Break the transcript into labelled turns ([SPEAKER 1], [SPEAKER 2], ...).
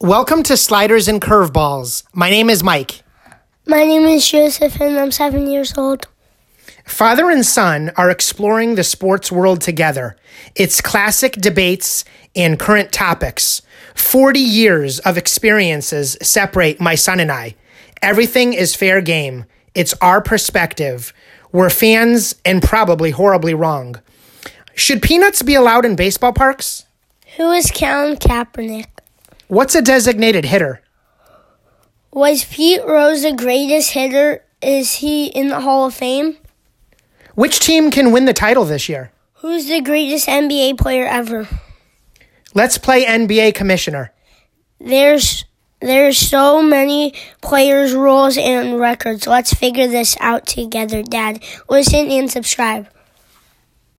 [SPEAKER 1] Welcome to Sliders and Curveballs. My name is Mike.
[SPEAKER 2] My name is Joseph, and I'm seven years old.
[SPEAKER 1] Father and son are exploring the sports world together, its classic debates and current topics. 40 years of experiences separate my son and I. Everything is fair game. It's our perspective. We're fans and probably horribly wrong. Should peanuts be allowed in baseball parks?
[SPEAKER 2] Who is Colin Kaepernick?
[SPEAKER 1] What's a designated hitter?
[SPEAKER 2] Was Pete Rose the greatest hitter? Is he in the Hall of Fame?
[SPEAKER 1] Which team can win the title this year?
[SPEAKER 2] Who's the greatest NBA player ever?
[SPEAKER 1] Let's play NBA commissioner.
[SPEAKER 2] There's there's so many players, rules, and records. Let's figure this out together, Dad. Listen and subscribe.